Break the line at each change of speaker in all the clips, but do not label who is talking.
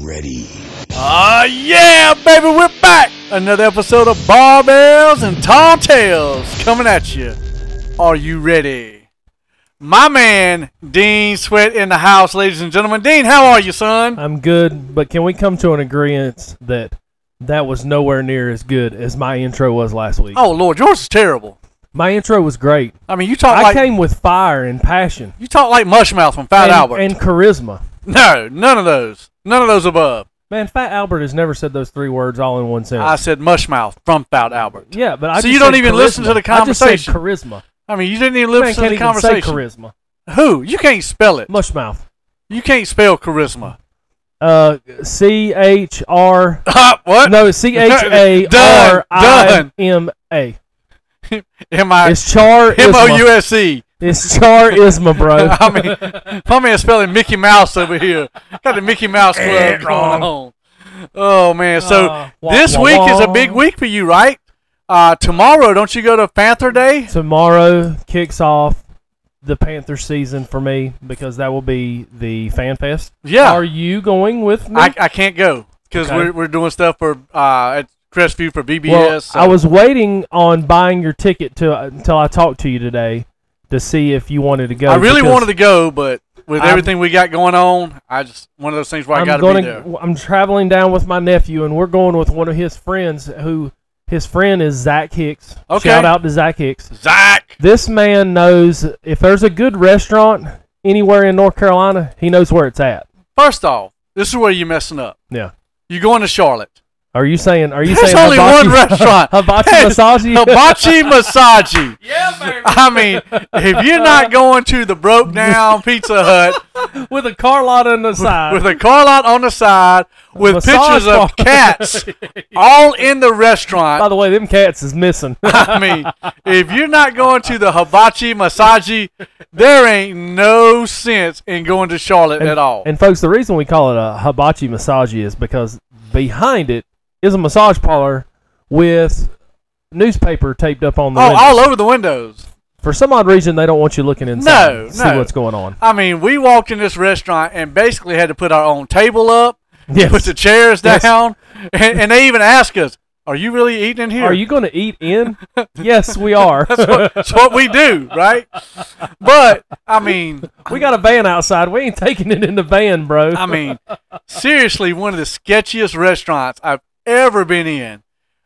ready.
Ah, yeah, baby, we're back. Another episode of Barbells and Tom Tales coming at you. Are you ready? My man, Dean Sweat, in the house, ladies and gentlemen. Dean, how are you, son?
I'm good, but can we come to an agreement that that was nowhere near as good as my intro was last week?
Oh Lord, yours is terrible.
My intro was great.
I mean, you talk
I
like
came with fire and passion
you talk like Mushmouth from Fat
and,
Albert.
and charisma.
no, none of those. None of those above.
Man, Fat Albert has never said those three words all in one
I
sentence.
said Mushmouth from Fat Albert.
yeah, but I
So
just
you don't
said
even
charisma.
listen to the
I just said
conversation.
charisma.
I mean, you didn't even
Man
listen
can't
to the
even say
conversation.
charisma.
Who? You can't spell it.
Mushmouth.
You can't spell charisma.
Uh, C H R.
Uh, what?
No, C H A R I M A.
Am I
It's char.
M O U S E?
It's charisma, bro.
I mean, my man's spelling Mickey Mouse over here. Got the Mickey Mouse club going on. Oh man! So
Uh, wah,
this
wah,
week is a
wah.
big week for you, right? Uh, tomorrow, don't you go to Panther Day?
Tomorrow kicks off the Panther season for me because that will be the Fan Fest.
Yeah,
Are you going with me?
I, I can't go because
Okay.
we're, we're doing stuff for uh, at Crestview for BBS.
well,
so-
I was waiting on buying your ticket to, uh, until I talked to you today to see if you wanted to go.
I really
because
wanted to go, but with
I'm-
everything we got going on, I just one of those things where I
I'm
got to be
going.
there.
I'm traveling down with my nephew, and we're going with one of his friends who. His friend is Zach Hicks.
Okay.
Shout out to Zach Hicks.
Zach,
This man knows if there's a good restaurant anywhere in North Carolina, he knows where it's at.
first off, this is where you're messing up.
Yeah.
You're going to Charlotte.
Are you saying? Are you
There's
saying?
only
hibachi-
one restaurant.
hibachi
There's
massage.
Hibachi Masaji. Yeah, baby. I mean, if you're not going to the broke down Pizza Hut
with a car lot on the side.
with a car lot on the side with
Massage
pictures of
parlor.
cats all in the restaurant,
By the way, them cats is missing.
I mean, if you're not going to the hibachi massage, there ain't no sense in going to Charlotte at all.
and folks, the reason we call it a hibachi massage is because behind it is a massage parlor with newspaper taped up on the.
oh,
windows.
all over the windows.
For some odd reason, they don't want you looking inside
No,
to see
no.
what's going on.
I mean, we walked in this restaurant and basically had to put our own table up,
Yes.
put the chairs
Yes.
down, and, and they even asked us, "Are you really eating in here?"
Are you going to eat in? yes, we are.
That's what we do, right? But I mean,
we got a van outside. We ain't taking it in the van, bro.
I mean, seriously, one of the sketchiest restaurants I've ever been in,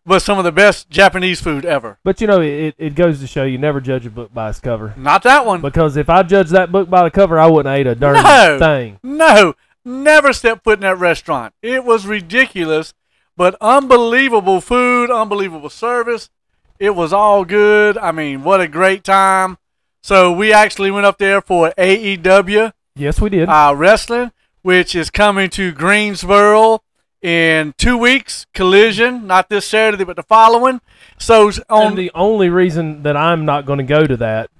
but some of the best Japanese food ever.
but you know, it, it goes to show you never judge a book by its cover.
Not that one.
Because if I judged that book by the cover, I wouldn't have ate a darn
No.
thing.
No, never step foot in that restaurant. It was ridiculous, but unbelievable food, unbelievable service. It was all good. I mean, what a great time. So we actually went up there for AEW
Yes, we did.
uh, wrestling, which is coming to Greensboro in two weeks. Collision, not this Saturday, but the following. So s- on
and the only reason that I'm not going to go to that,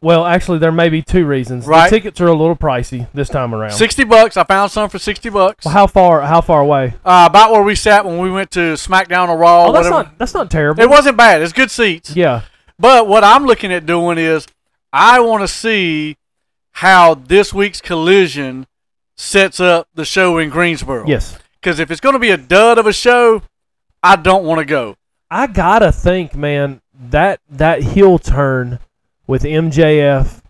well, actually, there may be two reasons.
Right.
The tickets are a little pricey this time around.
sixty bucks, I found some for sixty bucks.
Well, how far? How far away?
Uh, about where we sat when we went to SmackDown or Raw.
Oh, that's
whatever.
not. That's not terrible.
It wasn't bad. It's good seats.
Yeah.
But what I'm looking at doing is I want to see how this week's collision sets up the show in Greensboro.
Yes.
Because if it's going to be a dud of a show, I don't want to go.
I gotta think, man. That that heel turn with MJF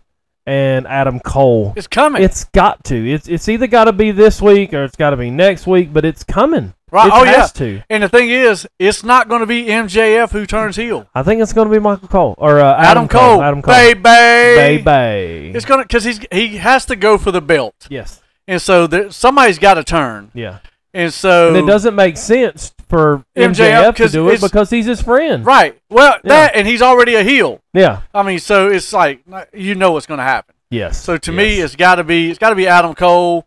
and Adam Cole.
It's coming.
It's got to. It's it's either got to be this week or it's got to be next week, but it's coming.
Right.
It
Oh,
has
yeah.
to.
and the thing is, it's not going to be MJF who turns heel.
I think it's going to be Michael Cole or uh, Adam,
Adam Cole,
Adam Cole.
baby,
Baby.
It's gonna because he's he has to go for the belt,
yes.
and so there, somebody's got to turn,
Yeah.
and so
And it doesn't make sense for
MJF,
MJF to
'cause
do it
it's-
because he's his friend.
right. Well,
Yeah.
that and he's already a heel.
Yeah.
I mean, so it's like you know what's going to happen.
Yes.
So to me, it's got to be it's got to be Adam Cole,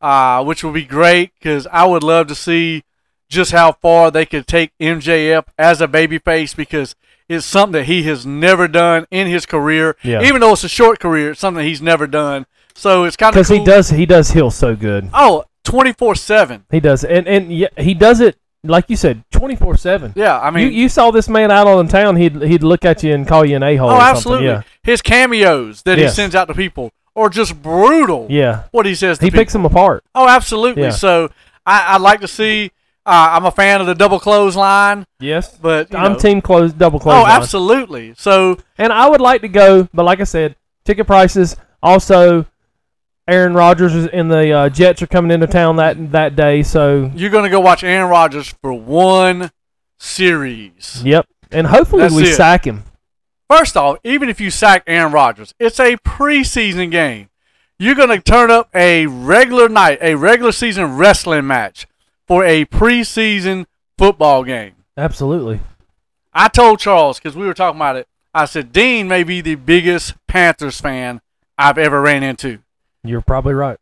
uh, which will be great because I would love to see just how far they could take MJF as a babyface because it's something that he has never done in his career.
Yeah.
Even though it's a short career, it's something he's never done. So it's kind of
because
cool.
he does he does heal so good.
oh, 24 seven.
He does, and and yeah, he does it like you said, twenty four seven.
Yeah, I mean,
You you saw this man out on the town. He'd he'd look at you and call you an a hole.
oh, absolutely.
Yeah.
His cameos that he
Yes.
sends out to people are just brutal.
Yeah.
What he says to
He
people.
picks them apart.
Oh, absolutely.
Yeah.
So I, I like to see. Uh, I'm a fan of the double clothesline,
Yes.
but you
I'm
know-
team close double close.
Oh, absolutely. So
And I would like to go, but like I said, ticket prices. Also, Aaron Rodgers is- and the uh, Jets are coming into town that that day. So,
you're gonna go watch Aaron Rodgers for one series.
yep. And hopefully
That's
we
it.
sack him.
First off, even if you sack Aaron Rodgers, it's a preseason game. You're going to turn up a regular night, a regular season wrestling match for a preseason football game.
Absolutely.
I told Charles, because we were talking about it, I said, Dean may be the biggest Panthers fan I've ever ran into.
You're probably right.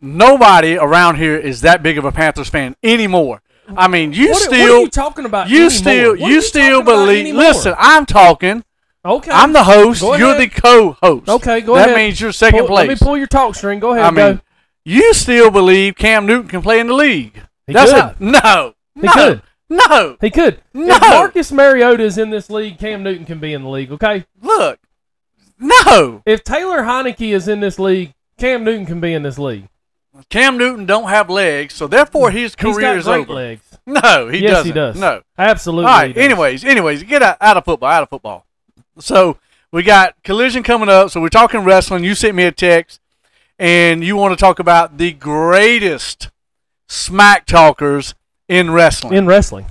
Nobody around here is that big of a Panthers fan anymore. I mean, you still.
talking about?
you still, you still believe. Listen, I'm talking.
Okay.
I'm the host.
Go
You're
ahead.
the co-host.
Okay, go
that
ahead.
That means you're second
Pull-
place.
Let me pull your talk string. Go ahead.
I mean,
go.
you still believe Cam Newton can play in the league?
He
That's
could.
not- no,
He
no,
could.
no.
he could.
No.
If Marcus Mariota is in this league, Cam Newton can be in the league. Okay.
Look, no.
If Taylor Heineke is in this league, Cam Newton can be in this league.
Cam Newton don't have legs, so therefore his career
He's got
is
great
over.
legs.
No, he
yes,
doesn't.
he does.
No.
absolutely.
All right.
he does.
Anyways, anyways, get out, out of football. Out of football. So we got collision coming up. So we're talking wrestling. You sent me a text, and you want to talk about the greatest smack talkers in wrestling.
in wrestling,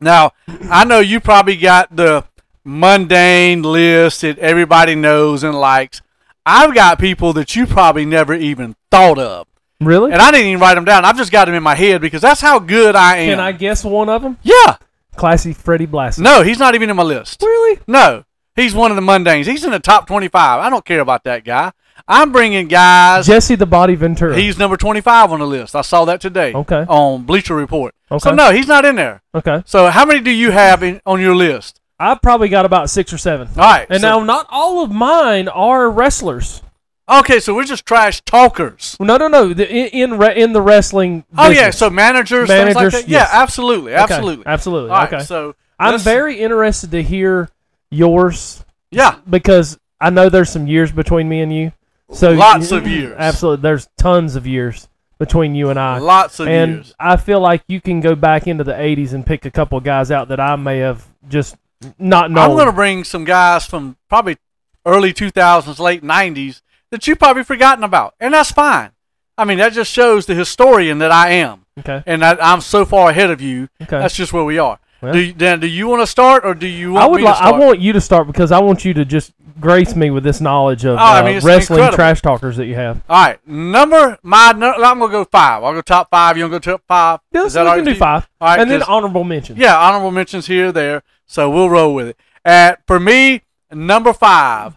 Now, I know you probably got the mundane list that everybody knows and likes. I've got people that you probably never even thought of.
really?
And I didn't even write them down. I've just got them in my head because that's how good I am.
Can I guess one of them?
Yeah.
Classy Freddie Blassie.
No, he's not even in my list.
Really?
No. He's one of the mundanes. He's in the top 25. I don't care about that guy. I'm bringing guys.
Jesse the Body Ventura.
He's number 25 on the list. I saw that today
Okay.
on Bleacher Report. So,
Okay.
no, he's not in there.
okay.
So, how many do you have in, on your list?
I probably got about six or seven.
All right.
And
so-
now, not all of mine are wrestlers.
Okay, so we're just trash talkers.
No, no, no. The, in in, re, in the wrestling.
Oh yeah,
business.
so managers, things
Managers,
like that. Yeah,
yes.
absolutely,
Okay,
absolutely,
absolutely.
All right,
okay.
so
I'm
let's-
very interested to hear yours
yeah.
because I know there's some years between me and you. So
Lots of years.
Absolutely, there's tons of years between you and I.
Lots of
and
years.
I feel like you can go back into the '80s and pick a couple of guys out that I may have just not known.
I'm going to bring some guys from probably early 2000s, late 90s that you probably forgotten about, and that's fine. I mean, that just shows the historian that I am,
okay.
and that I'm so far ahead of you.
Okay.
That's just where we are.
Well.
do you, Dan, do you want to start, or do you want
I would
me to
like. I
start?
want you to start because I want you to just grace me with this knowledge of
Oh, I
uh,
mean, it's
wrestling
incredible.
trash talkers that you have.
All right, number my. nu- I'm gonna go five. I'll go top five. You gonna go top five?
Yeah,
Is that
we
all
can
right
do
with you?
five,
All right,
and then
'cause-
honorable mentions.
Yeah, honorable mentions here, there. So we'll roll with it. At for me, number five,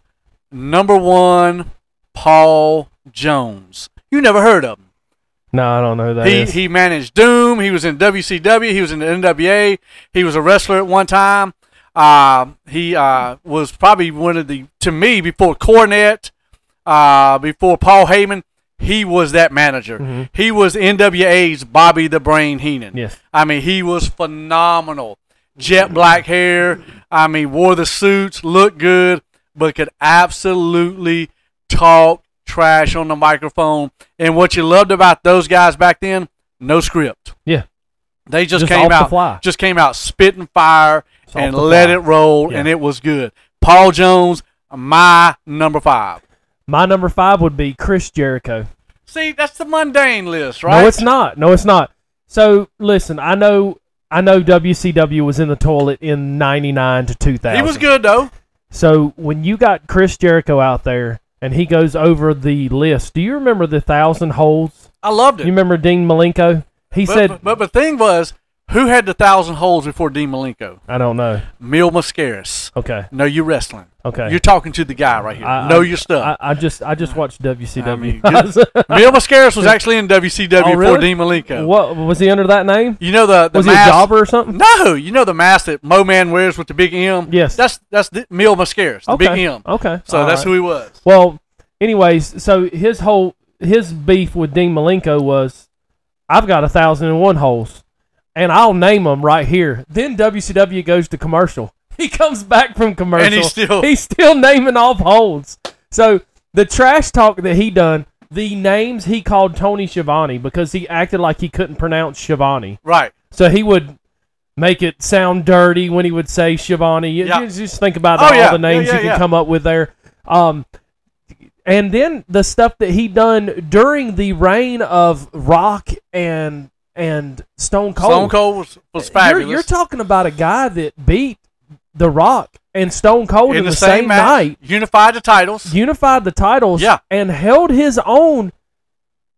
number one, Paul Jones. You never heard of him.
No, I don't know who that
He
is.
he managed Doom. He was in WCW. He was in the NWA. He was a wrestler at one time. Uh, he uh, was probably one of the to me before Cornette, uh, before Paul Heyman. He was that manager.
Mhm.
He was NWA's Bobby the Brain Heenan.
Yes.
I mean, he was phenomenal. Jet black hair. I mean, wore the suits, looked good, but could absolutely talk trash on the microphone. And what you loved about those guys back then, no script.
Yeah.
They just,
Just
came
off the
out,
fly.
just came out spitting fire
Just off
and
the
let
fly.
it roll,
Yeah.
and it was good. Paul Jones, my number five.
My number five would be Chris Jericho.
See, that's the mundane list, right?
No, it's not. No, it's not. So listen, I know, I know WCW was in the toilet in '99 to 2000.
He was good though.
So when you got Chris Jericho out there and he goes over the list, do you remember the thousand holds?
I loved it.
You remember Dean Malenko? He
but,
said,
but, but the thing was, who had the thousand holes before Dean Malenko?
"I don't know."
Mil Mascaris.
Okay,
No, you're wrestling.
okay.
You're talking to the guy right here.
I-
know
I-
your stuff.
I, I just, I just watched WCW.
I mean, Mil Mascaris was actually in WCW
Oh,
before
really?
Dean Malenko.
what was he under that name?
You know the, the
Was he a
mask.
jobber or something?
No, you know the mask that Mo Man wears with the big M.
Yes.
that's that's the, Mil Mascaris, the
okay.
big M.
Okay.
So
All
that's
right.
who he was.
Well, anyways, so his whole his beef with Dean Malenko was, I've got a thousand and one holes, and I'll name them right here. Then WCW goes to commercial. He comes back from commercial,
And he's still-
he's still naming off holes. So the trash talk that he done the names he called Tony Schiavone because he acted like he couldn't pronounce Schiavone.
Right.
So he would make it sound dirty when he would say Shivani. You,
Yeah.
you just think about
Oh,
all
yeah.
the names
Yeah, yeah,
you can
yeah.
come up with there. Um, and then the stuff that he done during the reign of Rock and and Stone Cold.
Stone Cold was, was
You're-
fabulous.
You're, talking about a guy that beat The Rock and Stone Cold in, the, same,
match,
night,
unified the titles.
unified the titles,
Yeah.
and held his own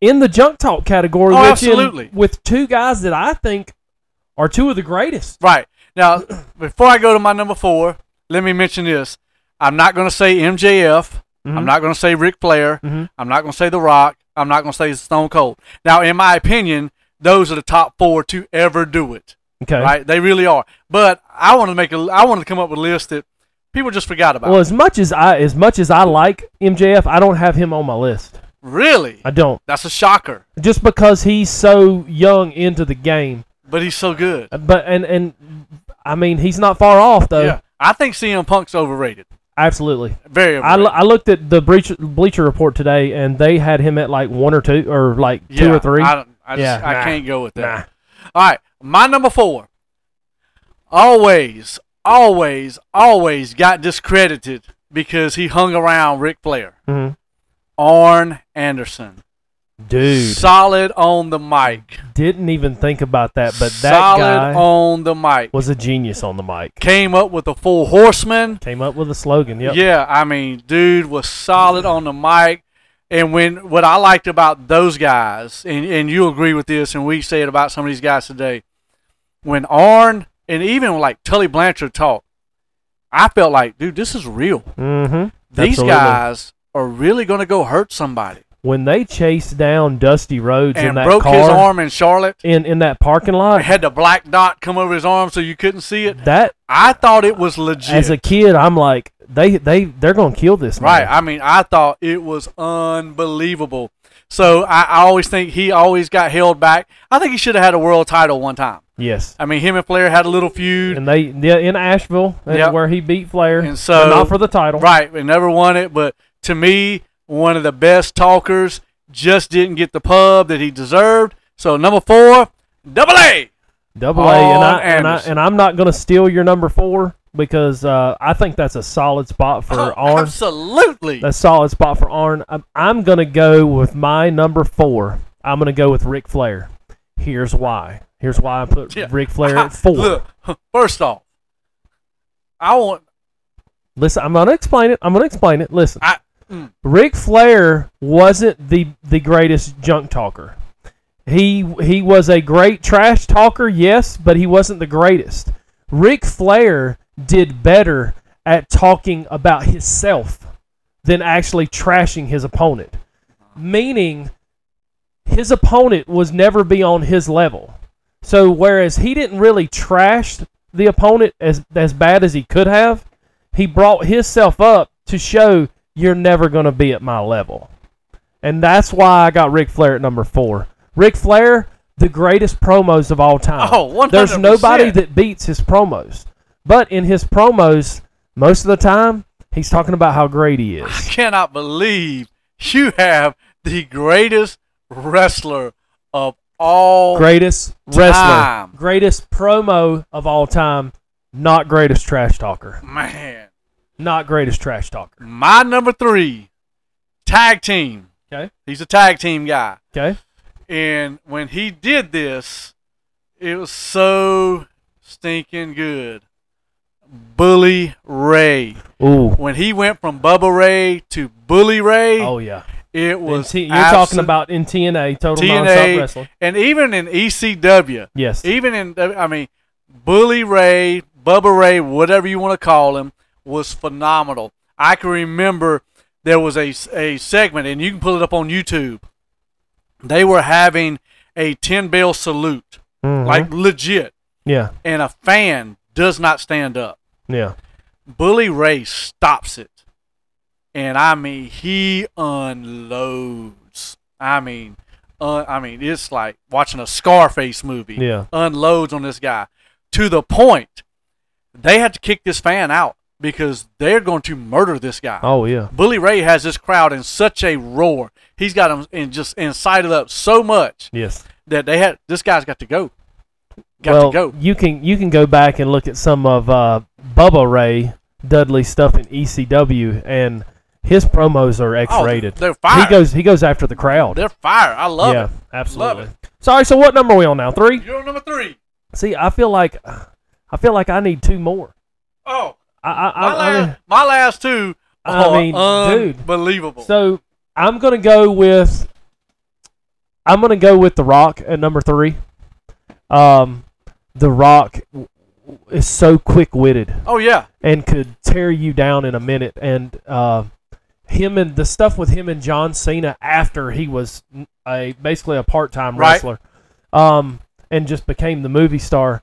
in the junk talk category,
Oh,
which in-
absolutely.
with two guys that I think are two of the greatest.
Right. Now, before I go to my number four, let me mention this. I'm not going to say MJF. I'm
Mhm.
not going to say Ric Flair.
Mhm.
I'm not going to say The Rock. I'm not going to say Stone Cold. Now, in my opinion, those are the top four to ever do it.
Okay.
Right? They really are. But I want to make a. I want to come up with a list that people just forgot about.
Well, as much as I as much as I like MJF, I don't have him on my list.
really?
I don't
That's a shocker.
just because he's so young into the game.
But he's so good.
But and and I mean he's not far off though.
yeah. I think CM Punk's overrated.
Absolutely.
Very
I,
overrated.
lo- I looked at the breacher, Bleacher Report today, and they had him at like one or two or like two
Yeah,
or three.
I, don't- I, just,
Yeah,
I
nah,
can't go with that.
nah.
All right, my number four. Always, always, always got discredited because he hung around Ric Flair.
Mhm.
Arn Anderson,
Dude,
solid on the mic.
didn't even think about that, but that
solid
guy
on the mic.
was a genius on the mic.
Came up with the four horsemen.
Came up with a slogan. Yep.
Yeah, I mean, dude was solid on the mic. And when what I liked about those guys, and, and you agree with this, and we say it about some of these guys today, when Arn and even like Tully Blanchard talk, I felt like, dude, this is real.
Mm-hmm.
These guys are really going to go hurt somebody.
when they chased down Dusty Rhodes in
And
that
broke
car,
his arm in Charlotte.
in in that parking lot.
Had the black dot come over his arm so you couldn't see it.
That
I thought it was legit.
as a kid, I'm like, they they they're gonna kill this man.
Right. I mean, I thought it was unbelievable. So I, I always think he always got held back. I think he should have had a world title one time.
yes.
I mean, him and Flair had a little feud,
And they yeah, in Asheville, and
Yep.
where he beat Flair,
And so-
not for the title.
right? They never won it, but to me, one of the best talkers just didn't get the pub that he deserved. So number four, double A.
Double A, and I,
Arn
and I
Anderson.
and I'm not gonna steal your number four because uh, I think that's a solid spot for Arn.
Absolutely.
That's a solid spot for Arn. I'm, I'm gonna go with my number four. I'm gonna go with Ric Flair. Here's why. Here's why I put
Yeah.
Ric Flair at four.
Look, first off, I want
Listen, I'm gonna explain it. I'm gonna explain it. Listen,
I. mm,
Ric Flair wasn't the the greatest junk talker. He he was a great trash talker, yes, but he wasn't the greatest. Ric Flair did better at talking about himself than actually trashing his opponent. Meaning his opponent was never be on his level. So whereas he didn't really trash the opponent as as bad as he could have, he brought himself up to show you're never going to be at my level. And that's why I got Ric Flair at number four. Ric Flair, the greatest promos of all time.
Oh, 100%.
There's nobody that beats his promos. But in his promos, most of the time, he's talking about how great he
I
is.
cannot believe you have the greatest wrestler of all.
Greatest wrestler.
Time.
Greatest promo of all time. Not greatest trash talker.
Man,
Not greatest trash talker.
my number three, tag team.
Okay.
He's a tag team guy,
Okay.
and when he did this, it was so stinking good. Bully Ray.
Ooh.
When he went from Bubba Ray to Bully Ray,
Oh, yeah.
it
In
was.
T- you're talking
absolute-
about in TNA, Total Nonstop
TNA,
Wrestling.
and even in E ECW.
Yes.
even in I mean, Bully Ray, Bubba Ray, whatever you want to call him, was phenomenal. I can remember there was a a segment, and you can pull it up on YouTube. They were having a ten bell salute,
Mhm.
like legit,
yeah,
and a fan does not stand up.
yeah.
Bully Ray stops it, and I mean he unloads. I mean, uh, I mean it's like watching a Scarface movie.
Yeah.
unloads on this guy to the point they had to kick this fan out. because they're going to murder this guy.
Oh yeah.
Bully Ray has this crowd in such a roar. He's got them in just incited up so much
Yes.
that they had this guy's got to go. Got
well,
to go.
you can you can go back and look at some of uh, Bubba Ray Dudley stuff in ECW, and his promos are
Oh,
X-rated.
they're fire.
he goes he goes after the crowd.
they're fire. I love
yeah,
it.
absolutely. Sorry. So what number are we on now? Three.
You're number three.
See, I feel like I feel like I need two more.
Oh,
I I,
my,
I, I
last,
mean,
my last two
I
are
mean, dude.
unbelievable.
so I'm gonna go with I'm gonna go with The Rock at number three. Um, The Rock w- w- is so quick witted.
oh yeah,
and could tear you down in a minute. And uh, him and the stuff with him and John Cena after he was a basically a part time
Right.
wrestler, um, and just became the movie star.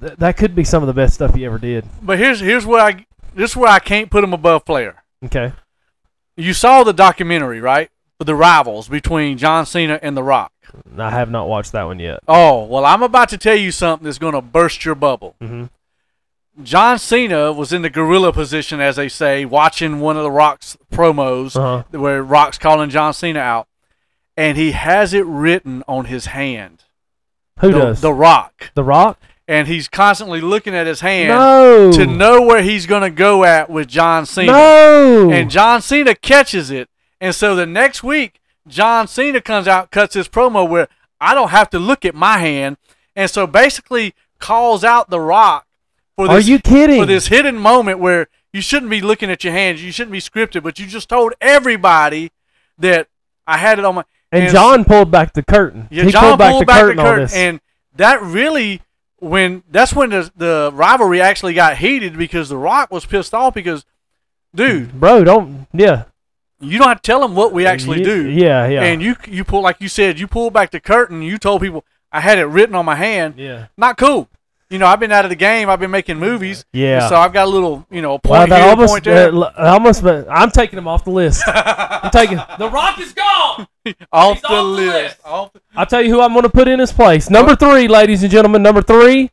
Th- that could be some of the best stuff he ever did.
but here's here's where I this is where I can't put him above Flair.
Okay,
You saw the documentary, right? The rivals between John Cena and The Rock.
I have not watched that one yet.
Oh well, I'm about to tell you something that's going to burst your bubble.
hmm
John Cena was in the gorilla position, as they say, watching one of the Rock's promos
Uh-huh.
where Rock's calling John Cena out, and he has it written on his hand.
Who
the,
does
the
the,
Rock,
Rock?
and he's constantly looking at his hand
No,
to know where he's going to go at with John Cena.
no,
And John Cena catches it, and so the next week, John Cena comes out, cuts his promo where I don't have to look at my hand, and so basically calls out The Rock for
are
this
you kidding?
for this hidden moment where you shouldn't be looking at your hands, you shouldn't be scripted, but you just told everybody that I had it on my
and John pulled back the curtain.
yeah,
he
John
pulled back the curtain on this.
and that really when that's when the the rivalry actually got heated because The Rock was pissed off because, dude,
Bro, don't yeah.
you don't have to tell him what we actually
Y-
do,
Yeah, yeah,
and you you pull like you said, you pulled back the curtain, you told people I had it written on my hand,
yeah.
not cool. You know, I've been out of the game. I've been making movies.
Yeah.
So I've got a little, you know,
Wow,
point
that
here,
almost,
point there.
uh, l- almost, but I'm taking him off the list. I'm taking The Rock is gone.
off the,
He's off the
list.
list.
Off the-
I'll tell you who I'm going to put in his place. Number three, ladies and gentlemen, number three,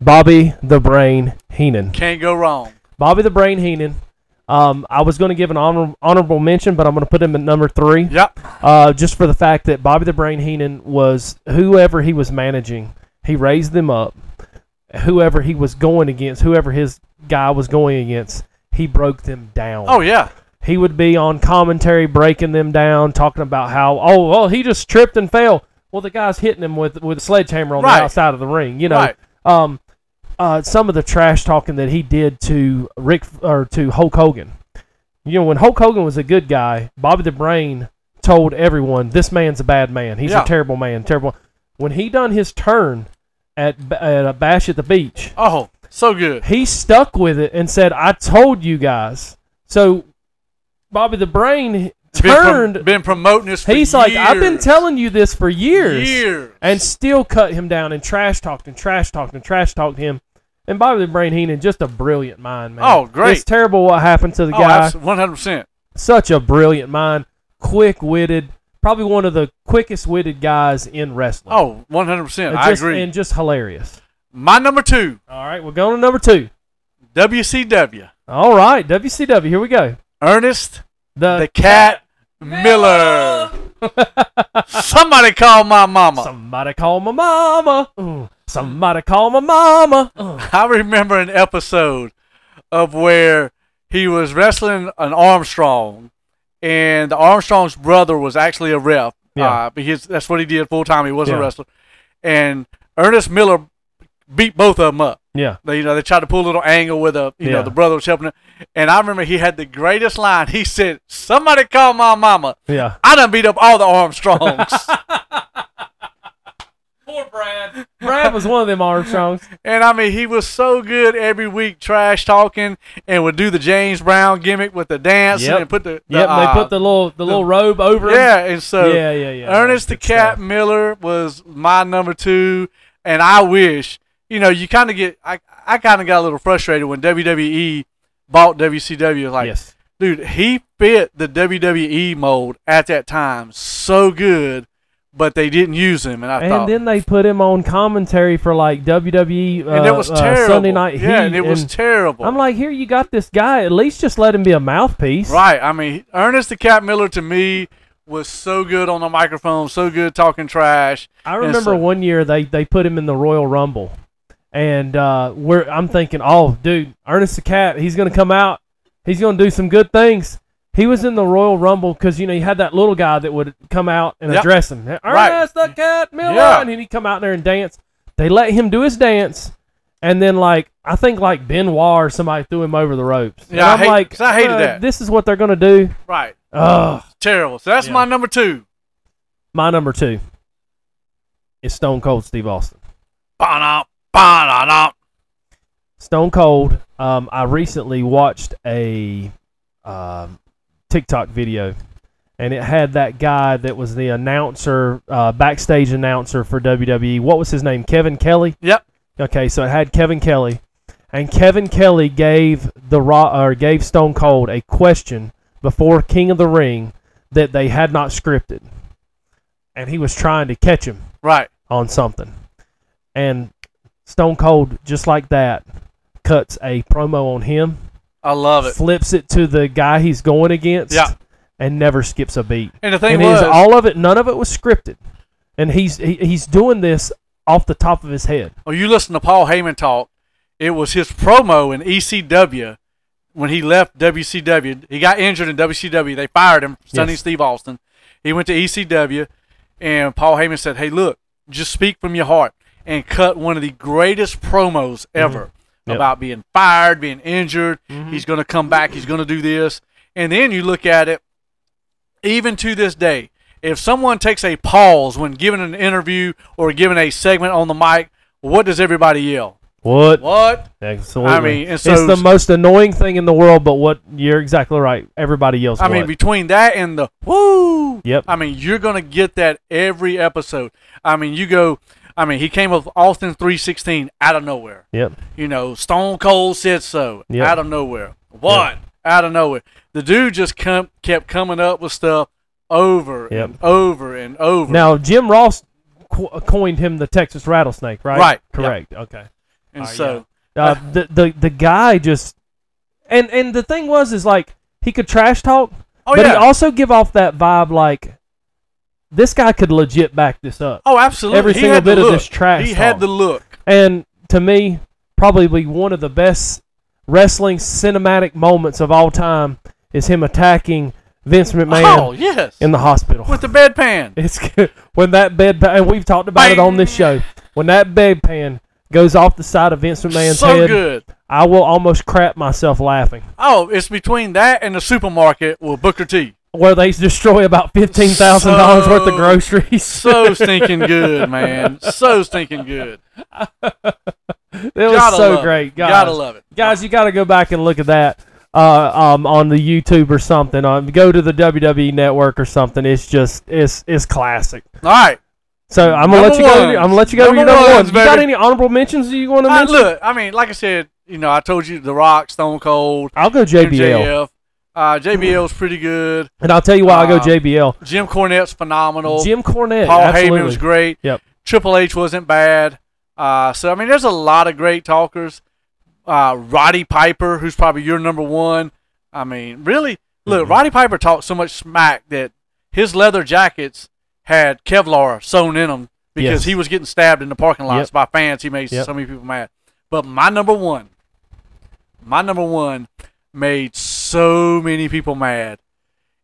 Bobby the Brain Heenan.
can't go wrong.
Bobby the Brain Heenan. Um, I was going to give an honor- honorable mention, but I'm going to put him at number three.
Yep.
uh, just for the fact that Bobby the Brain Heenan was whoever he was managing, he raised them up. Whoever he was going against, whoever his guy was going against, he broke them down.
Oh yeah.
He would be on commentary breaking them down, talking about how, oh, well, he just tripped and fell. Well, the guy's hitting him with with a sledgehammer on
Right.
the outside of the ring, you know.
Right.
Um, uh, some of the trash talking that he did to Rick or to Hulk Hogan. You know, when Hulk Hogan was a good guy, Bobby the Brain told everyone, "This man's a bad man. He's
Yeah.
a terrible man. Terrible." When he done his turn at ba- at a bash at the beach,
Oh, so good.
he stuck with it and said, "I told you guys." So Bobby the Brain
Been prom-
turned.
Been, promoting this. for
He's like, "I've been
years.
telling you this for years,
Years.
and still cut him down and trash talked and trash talked and trash talked him." And Bobby the Brain Heenan, just a brilliant mind, man.
Oh, great.
It's terrible what happened to the
oh,
guy.
one hundred percent.
Such a brilliant mind, quick witted, probably one of the quickest witted guys in wrestling.
Oh, one hundred percent.
And
I
just-
agree.
And just hilarious.
My number two,
All right, we're going to number two.
WCW,
All right, WCW. Here we go.
Ernest
The,
the Cat Miller. Somebody call my mama.
Somebody call my mama. Mm. Somebody call my mama. Mm.
I remember an episode of where he was wrestling an Armstrong, and the Armstrong's brother was actually a ref.
Yeah.
Uh, because that's what he did full time. He was a
Yeah.
wrestler, and Ernest Miller beat both of them up.
Yeah.
They, you know, they tried to pull a little angle with the, you know,
Yeah.
the brother was helping him. And I remember he had the greatest line. He said, "Somebody call my mama.
Yeah.
I done beat up all the Armstrongs."
Poor Brad. Brad was one of them Armstrongs.
And I mean, he was so good every week, trash talking, and would do the James Brown gimmick with the dance
Yep.
and put the, the
Yep,
uh,
they put the little the, little robe over him.
yeah. And so
yeah, yeah, yeah.
Ernest the
Good
Cat
stuff.
Miller was my number two, and I wish you know you kind of get I I kind of got a little frustrated when WWE bought WCW like
yes.
E dude he fit the WWE mold at that time so good, but they didn't use him, and I
and
thought,
then they put him on commentary for like WWE. Uh,
and it was
uh,
terrible.
Sunday Night Heat.
yeah, and it was
and
terrible.
I'm like, here you got this guy. At least just let him be a mouthpiece.
Right. I mean, Ernest the Cat Miller to me was so good on the microphone, so good talking trash.
I
And
remember
so-
one year they, they put him in the Royal Rumble, and uh, we're I'm thinking, oh, dude, Ernest the Cat, he's gonna come out, he's gonna do some good things. He was in the Royal Rumble because you know you had that little guy that would come out and
Yep.
address him, Ernest the Cat Miller,
Yeah.
and he'd come out there and dance. They let him do his dance, and then like I think like Benoit or somebody threw him over the ropes. And
Yeah, I
I'm
hate-
like,
'cause I hated
uh,
that.
This is what they're gonna do.
Right.
Ugh.
Terrible. So that's
Yeah.
my number two.
My number two is Stone Cold Steve Austin.
Ba-da, ba-da-da.
Stone Cold. Um, I recently watched a um, TikTok video, and it had that guy that was the announcer, uh, backstage announcer for WWE. What was his name? Kevin Kelly.
Yep.
Okay, so it had Kevin Kelly, and Kevin Kelly gave the raw or gave Stone Cold a question before King of the Ring that they had not scripted, and he was trying to catch him
Right.
on something. And Stone Cold, just like that, cuts a promo on him,
I love it.
flips it to the guy he's going against,
Yeah.
and never skips a beat.
And the thing
and it
was,
is all of it, none of it was scripted. And he's he, he's doing this off the top of his head.
when Oh, you listen to Paul Heyman talk, it was his promo in ECW when he left WCW. He got injured in WCW. They fired him, Sonny
Yes.
Steve Austin. He went to ECW, and Paul Heyman said, Hey, look, just speak from your heart and cut one of the greatest promos ever
Mm-hmm. Yep. Mm-hmm.
about being fired, being injured. He's going to come back. He's going to do this. And then you look at it, even to this day, if someone takes a pause when giving an interview or giving a segment on the mic, what does everybody yell?
What?
What?
Absolutely.
I mean, and
it's
so-
the most annoying thing in the world. But what? You're exactly right. Everybody yells.
I mean,
what.
between that and the woo,
Yep.
I mean, you're gonna get that every episode. I mean, you go. I mean, he came up with Austin three sixteen out of nowhere.
yep.
You know, Stone Cold said so
Yep.
out of nowhere. What? Out of nowhere. The dude just come, kept coming up with stuff over
Yep.
and over and over.
Now Jim Ross co- coined him the Texas rattlesnake, right?
Right.
Correct. Okay.
and
Oh,
so,
Uh, the the the guy just and and the thing was is like he could trash talk,
oh
but
yeah,
he also give off that vibe like this guy could legit back this up.
oh absolutely.
every
He
single
had the
bit of
look.
this trash
He had
talk.
the look.
And to me, probably one of the best wrestling cinematic moments of all time is him attacking Vince McMahon
oh yes,
in the hospital.
with the bedpan.
It's good. when that bedpan, and we've talked about it on this show. When that bedpan goes off the side of Vince McMahon's
so
head,
good.
I will almost crap myself laughing.
Oh, it's between that and the supermarket with Booker T.
Where they destroy about fifteen thousand dollars worth of
So-
groceries.
So stinking good, man. So stinking good.
it was
Gotta
so
love
great,
It.
guys.
Gotta love it.
guys, you got to go back and look at that uh, um, on the YouTube or something. Um, go to the WWE Network or something. It's just it's it's classic.
All right.
So I'm gonna let
Number
you go. to-
ones.
I'm gonna let you go to your
Number
number
ones,
one. You got
baby.
any honorable mentions that you want to
I,
mention?
look, I mean, like I said, you know, I told you The Rock, Stone Cold,
I'll go JBL,
MJF. Uh, JBL's pretty good.
and I'll tell you why I go
Uh,
JBL.
Jim Cornette's phenomenal.
Jim Cornette,
Paul
absolutely.
Heyman was great.
Yep.
Triple H wasn't bad. Uh, so I mean, there's a lot of great talkers. Uh, Roddy Piper, who's probably your number one. I mean, really, look,
Mm-hmm.
Roddy Piper talked so much smack that his leather jackets had Kevlar sewn in them because
Yes.
he was getting stabbed in the parking lots
Yep.
by fans. He made
Yep.
so many people mad. But my number one, my number one, made so many people mad,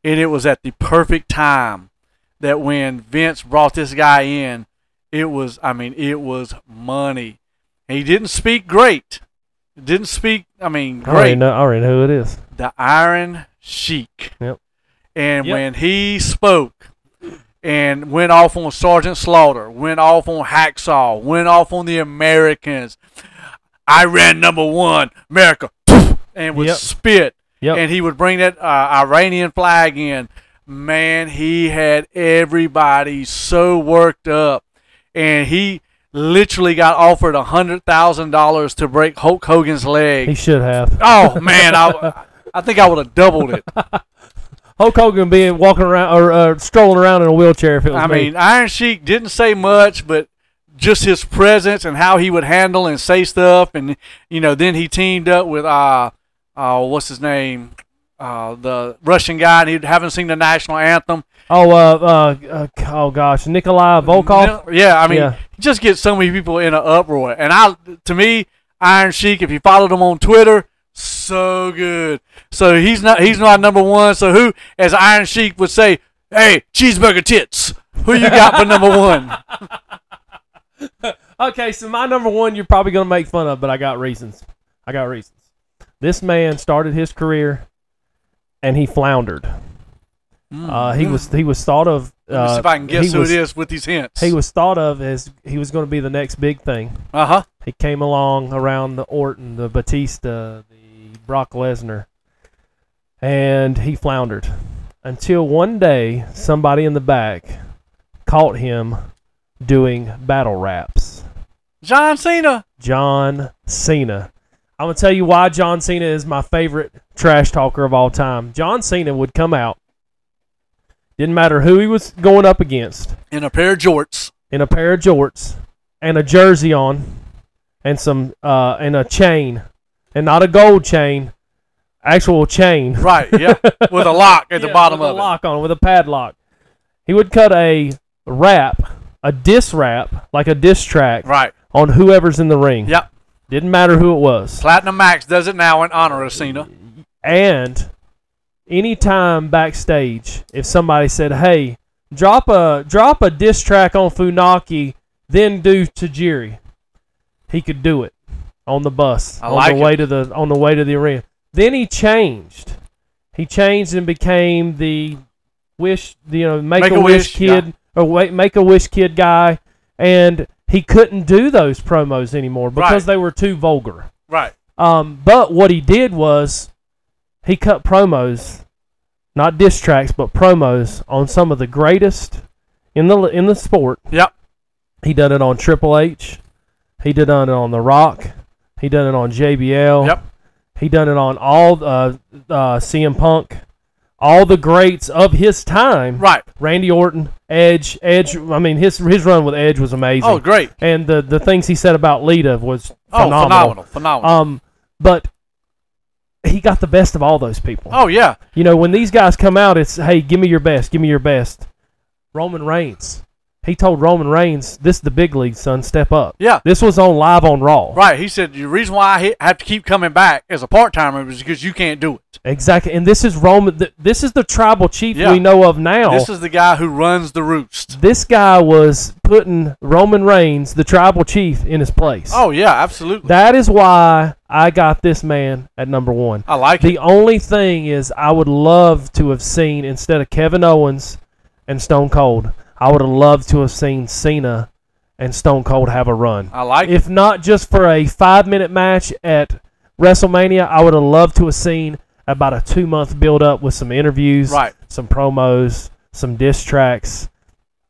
and it was at the perfect time that when Vince brought this guy in, it was I mean it was money. He didn't speak great. Didn't speak I mean
I already
great.
know. I already know who it is.
The Iron Sheik.
Yep.
And
Yep.
when he spoke and went off on Sergeant Slaughter, went off on Hacksaw, went off on the Americans. I ran number one, America, and would
Yep.
spit
Yep.
and he would bring that uh, Iranian flag in. Man, he had everybody so worked up, and he literally got offered a hundred thousand dollars to break Hulk Hogan's
he
leg.
should have.
Oh man, I, I think I would have doubled it.
Hulk Hogan being walking around or uh, strolling around in a wheelchair if it was
I
me.
mean, Iron Sheik didn't say much, but just his presence and how he would handle and say stuff, and you know, then he teamed up with uh, uh what's his name, uh, the Russian guy, and he haven't seen the national anthem.
oh, uh, uh, uh, oh gosh, Nikolai Volkov.
No- yeah, I mean,
Yeah.
he just gets so many people in an uproar, and I, to me, Iron Sheik, if you followed him on Twitter. So good. So he's not he's not number one. So who, as Iron Sheik would say, hey, cheeseburger tits. Who you got for number one?
Okay, so my number one, you're probably going to make fun of, but I got reasons. I got reasons. This man started his career, and he floundered. Uh, he was he was thought of.
Hmm. Let me
Uh,
see if I can guess
he
who
was,
it is with these hints.
He was thought of as he was going to be the next big thing.
uh huh.
He came along around the Orton, the Batista, the Brock Lesnar, and he floundered until one day somebody in the back caught him doing battle raps.
John Cena.
John Cena. I'm gonna tell you why John Cena is my favorite trash talker of all time. John Cena would come out, didn't matter who he was going up against,
In a pair of jorts.
in a pair of jorts and a jersey on, and some uh, and a chain, and not a gold chain, actual chain
Right, yeah. with a lock at the
Yeah,
bottom
with
of
a lock on it, with a padlock. He would cut a rap, a diss rap, like a diss track
it. Right.
on whoever's in the ring.
Yep.
Didn't matter who it was.
Platinum Max does it now in honor of Cena.
And anytime backstage, if somebody said, "Hey, drop a drop a diss track on Funaki, then do Tajiri," he could do it on the bus
I
on
like
the
it.
way to the on the way to the arena. Then he changed. He changed and became the wish, the, you know, make, a
Make-A-Wish
wish kid
guy.
or wait, make a wish kid guy, and he couldn't do those promos anymore because they were too vulgar.
Right.
Um, but what he did was he cut promos, not diss tracks, but promos on some of the greatest in the in the sport.
Yep.
He done it on Triple H. He did done it on The Rock. He done it on JBL.
Yep.
He done it on all uh, uh, CM Punk, all the greats of his time.
Right.
Randy Orton, Edge, Edge. I mean, his his run with Edge was amazing.
Oh, great.
and the the things he said about Lita was
Oh, phenomenal.
phenomenal.
Phenomenal.
Um, but he got the best of all those people.
oh, yeah.
You know, when these guys come out, it's hey, give me your best, give me your best. Roman Reigns, he told Roman Reigns, "This is the big league, son. Step up."
Yeah.
This was on live on Raw.
Right. He said, the reason why I he- have to keep coming back as a part timer is because you can't do it.
Exactly, and this is Roman. th- This is the tribal chief
Yeah.
we know of now.
This is the guy who runs the roost.
This guy was putting Roman Reigns, the tribal chief, in his place.
Oh, yeah, absolutely.
That is why I got this man at number one.
I like it.
The only thing is, I would love to have seen instead of Kevin Owens and Stone Cold, I would have loved to have seen Cena and Stone Cold have a run.
I like it.
If not just for a five minute match at WrestleMania, I would have loved to have seen about a two month build up with some interviews,
Right.
some promos, some diss tracks.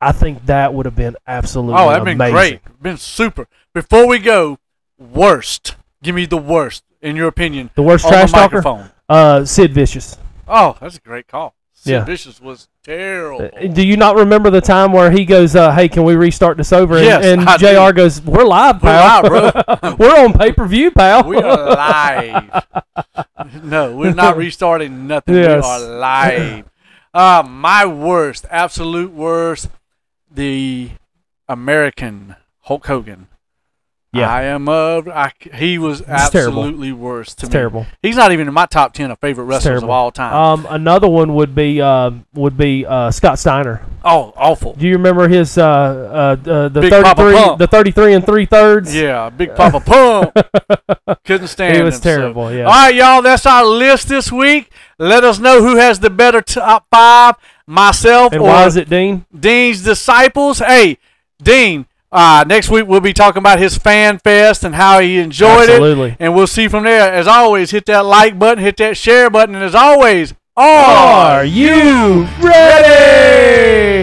I think that would have been absolutely
Oh, that'd been
amazing.
great. Been super. Before we go, worst. Give me the worst, in your opinion.
The worst
on
trash
the
talker?
microphone.
Uh, Sid Vicious.
Oh, that's a great call. Sid
Yeah. Uh,
Vicious was terrible.
Do you not remember the time where he goes, uh, "Hey, can we restart this over?" And,
Yes,
and
I do.
Jr. goes, "We're live,
We're
pal.
live, bro.
We're on pay per view, pal.
we are live. no, we're not restarting nothing.
Yes.
We are live. Uh, my worst, absolute worst, the American Hulk Hogan.
Yeah.
I am of. I c he was
terrible.
absolutely worst to
it's
me.
terrible.
He's not even in my top ten of favorite
It's
wrestlers of
terrible.
all time.
Um, another one would be um would be uh, Scott Steiner.
oh, awful.
Do you remember his uh, uh, uh, the
Big
thirty
Papa
three
Pump.
the thirty three and three thirds?
Yeah, Big Papa Pump. Couldn't stand
He was
him, so-
terrible, yeah.
All right, y'all, that's our list this week. Let us know who has the better top five, myself
And
or
why is it Dean?
Dean's disciples. Hey, Dean, uh, next week we'll be talking about his fan fest and how he enjoyed
Absolutely.
it. And we'll see from there. As always, hit that like button, hit that share button, and as always, are
Are you ready?